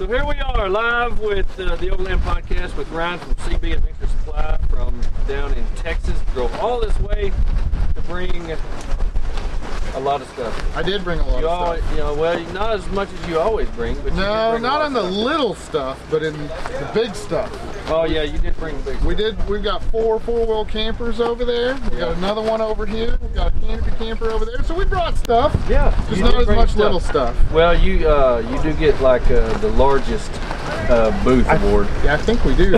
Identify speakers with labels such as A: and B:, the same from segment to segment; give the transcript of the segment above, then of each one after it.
A: are live with uh, the Overland Podcast with Ryan from CB Adventure Supply from down in Texas. Drove all this way to bring a lot of stuff.
B: I did bring a lot
A: You all,
B: of
A: you
B: stuff.
A: know, well, not as much as you always bring, but you did
B: No,
A: bring a lot
B: not
A: of
B: on the
A: stuff.
B: little stuff, but in the big stuff.
A: Oh yeah, you did bring big.
B: We
A: stuff.
B: did. We've got four four-wheel campers over there. We
A: Yeah.
B: got another one over here. We got a canopy camper over there. So we brought stuff.
A: Yeah,
B: Just
A: you
B: not
A: did
B: as
A: bring
B: much
A: stuff.
B: little stuff.
A: Well, you uh, you do get like uh, the largest uh, booth award
B: Yeah, I think we do.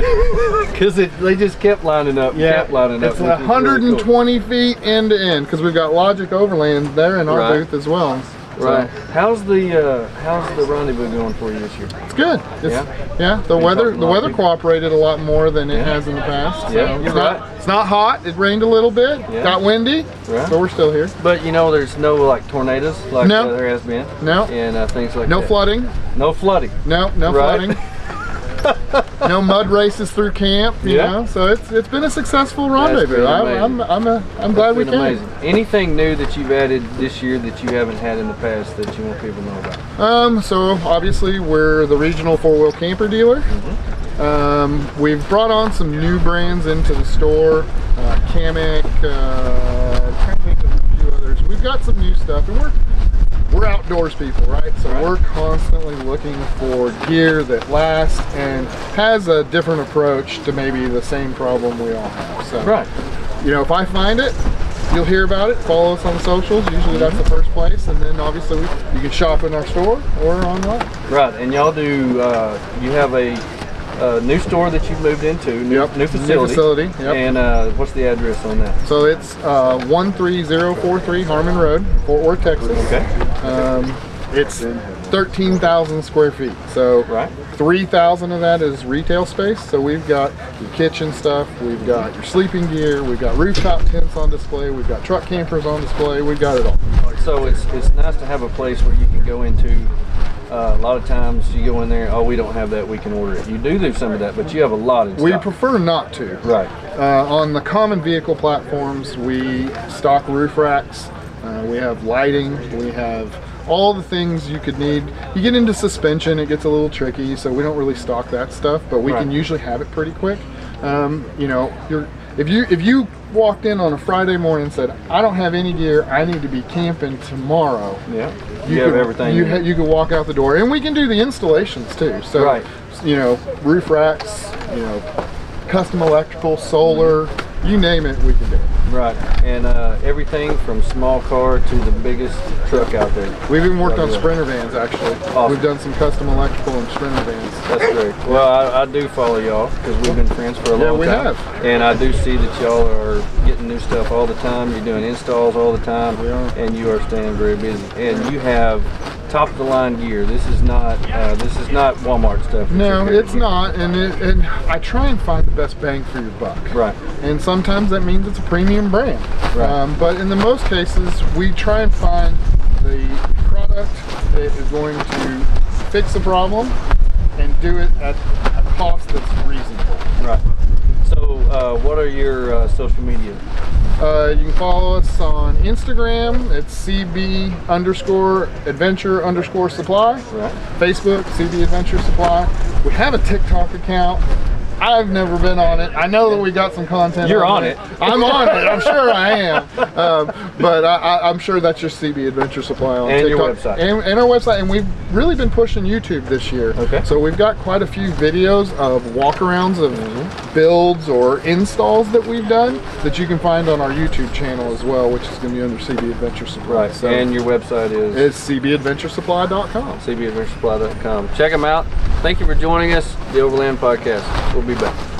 A: because they just kept lining up, kept lining up.
B: it's
A: which is really cool.
B: 120 feet end to end because we've got Logic Overland there in our
A: Right.
B: booth as well. So,
A: Right. How's the uh, how's the rendezvous going for you this year?
B: It's good. It's,
A: Yeah.
B: yeah. The
A: Been
B: weather
A: talking a
B: the
A: lot
B: weather
A: lately.
B: cooperated a lot more than it
A: Yeah.
B: has in the past.
A: Yeah,
B: it's
A: you're
B: not,
A: right.
B: It's not hot. It rained a little bit.
A: Yeah.
B: Got windy.
A: Right.
B: But we're still here.
A: But you know, there's no like tornadoes like
B: No.
A: uh, there has been.
B: No.
A: And uh, things like
B: No
A: that.
B: flooding.
A: No flooding.
B: No, no
A: Right.
B: flooding. no mud races through camp. You
A: Yeah.
B: know, so it's it's been a successful
A: been
B: rendezvous.
A: amazing.
B: I'm I'm I'm, a, I'm glad
A: It's
B: we
A: been
B: came.
A: amazing. Anything new that you've added this year that you haven't had in the past that you want people to know about?
B: Um, so obviously we're the regional four-wheel camper dealer. Um, we've brought on some new brands into the store, uh, Kamek, uh, I'm trying to think of a few others. We've got some new stuff, and we're we're outdoors people, right? So
A: Right.
B: we're constantly looking for gear that lasts and has a different approach to maybe the same problem we all have. So
A: Right.
B: you know, if I find it, you'll hear about it. Follow us on the socials. Usually that's the first place, and then obviously we, you can shop in our store or online.
A: Right. And y'all do. Uh, you have a. Uh, new store that you've moved into, new,
B: Yep.
A: new
B: New
A: facility.
B: facility, yep.
A: And uh, what's the address on that?
B: So it's uh, 13043 Harmon Road, Fort Worth, Texas.
A: Okay.
B: Um, it's 13,000 square feet. So
A: Right.
B: 3,000 of that is retail space. So we've got your kitchen stuff, we've got your sleeping gear, we've got rooftop tents on display, we've got truck campers on display, we've got it all.
A: So it's it's nice to have a place where you can go into. Uh, a lot of times you go in there, oh, we don't have that, we can order it. You do do some of that, but you have a lot in
B: We
A: stock.
B: prefer not to.
A: right.
B: Uh, on the common vehicle platforms, we stock roof racks, uh, we have lighting, we have all the things you could need. You get into suspension, it gets a little tricky, so we don't really stock that stuff, but we can
A: Right.
B: usually have it pretty quick. Um, you know, you're, if you if you walked in on a Friday morning and said, "I don't have any gear, I need to be camping tomorrow,"
A: Yeah. You, have
B: could-
A: everything.
B: You,
A: you
B: ha-
A: need.
B: you can walk out the door, and we can do the installations too. So,
A: Right.
B: you know, roof racks, you know, custom electrical, solar, you name it, we can do it.
A: Right, and uh, everything from small car to the biggest truck out there.
B: We've even worked on
A: Right.
B: sprinter vans actually.
A: Oh, Awesome.
B: We've done some custom electrical and sprinter vans.
A: That's great. Well, I, I do follow y'all because we've been friends for a
B: Yeah,
A: long
B: we
A: time.
B: have.
A: And I do see that y'all are getting new stuff all the time. You're doing installs all the time.
B: We are.
A: And you are staying very busy. And you have top of the line gear. This is not uh, this is not Walmart stuff. that
B: No,
A: you're carrying.
B: it's not, and it, and I try and find the best bang for your buck.
A: Right.
B: and sometimes that means it's a premium brand.
A: Right.
B: Um, but in the most cases, we try and find the product that is going to fix the problem and do it at a cost that's reasonable.
A: Right. So, uh, what are your uh, social media?
B: Uh, you can follow us on Instagram. It's CB underscore adventure underscore supply.
A: Right.
B: Facebook, CB Adventure Supply. We have a TikTok account. I've never been on it. I know that we got some content.
A: You're on
B: there.
A: it.
B: I'm on it. I'm sure I am. Um, but I, I, I'm sure that's your CB Adventure Supply on
A: And your
B: TikTok.
A: website.
B: And, and our website. And we've really been pushing YouTube this year.
A: Okay.
B: So we've got quite a few videos of walkarounds of builds or installs that we've done that you can find on our YouTube channel as well, which is going to be under CB Adventure Supply.
A: Right.
B: So
A: and your website is.
B: it's cbadventuresupply.com.
A: cbadventuresupply.com. Check them out. Thank you for joining us, the Overland Podcast. We'll be back.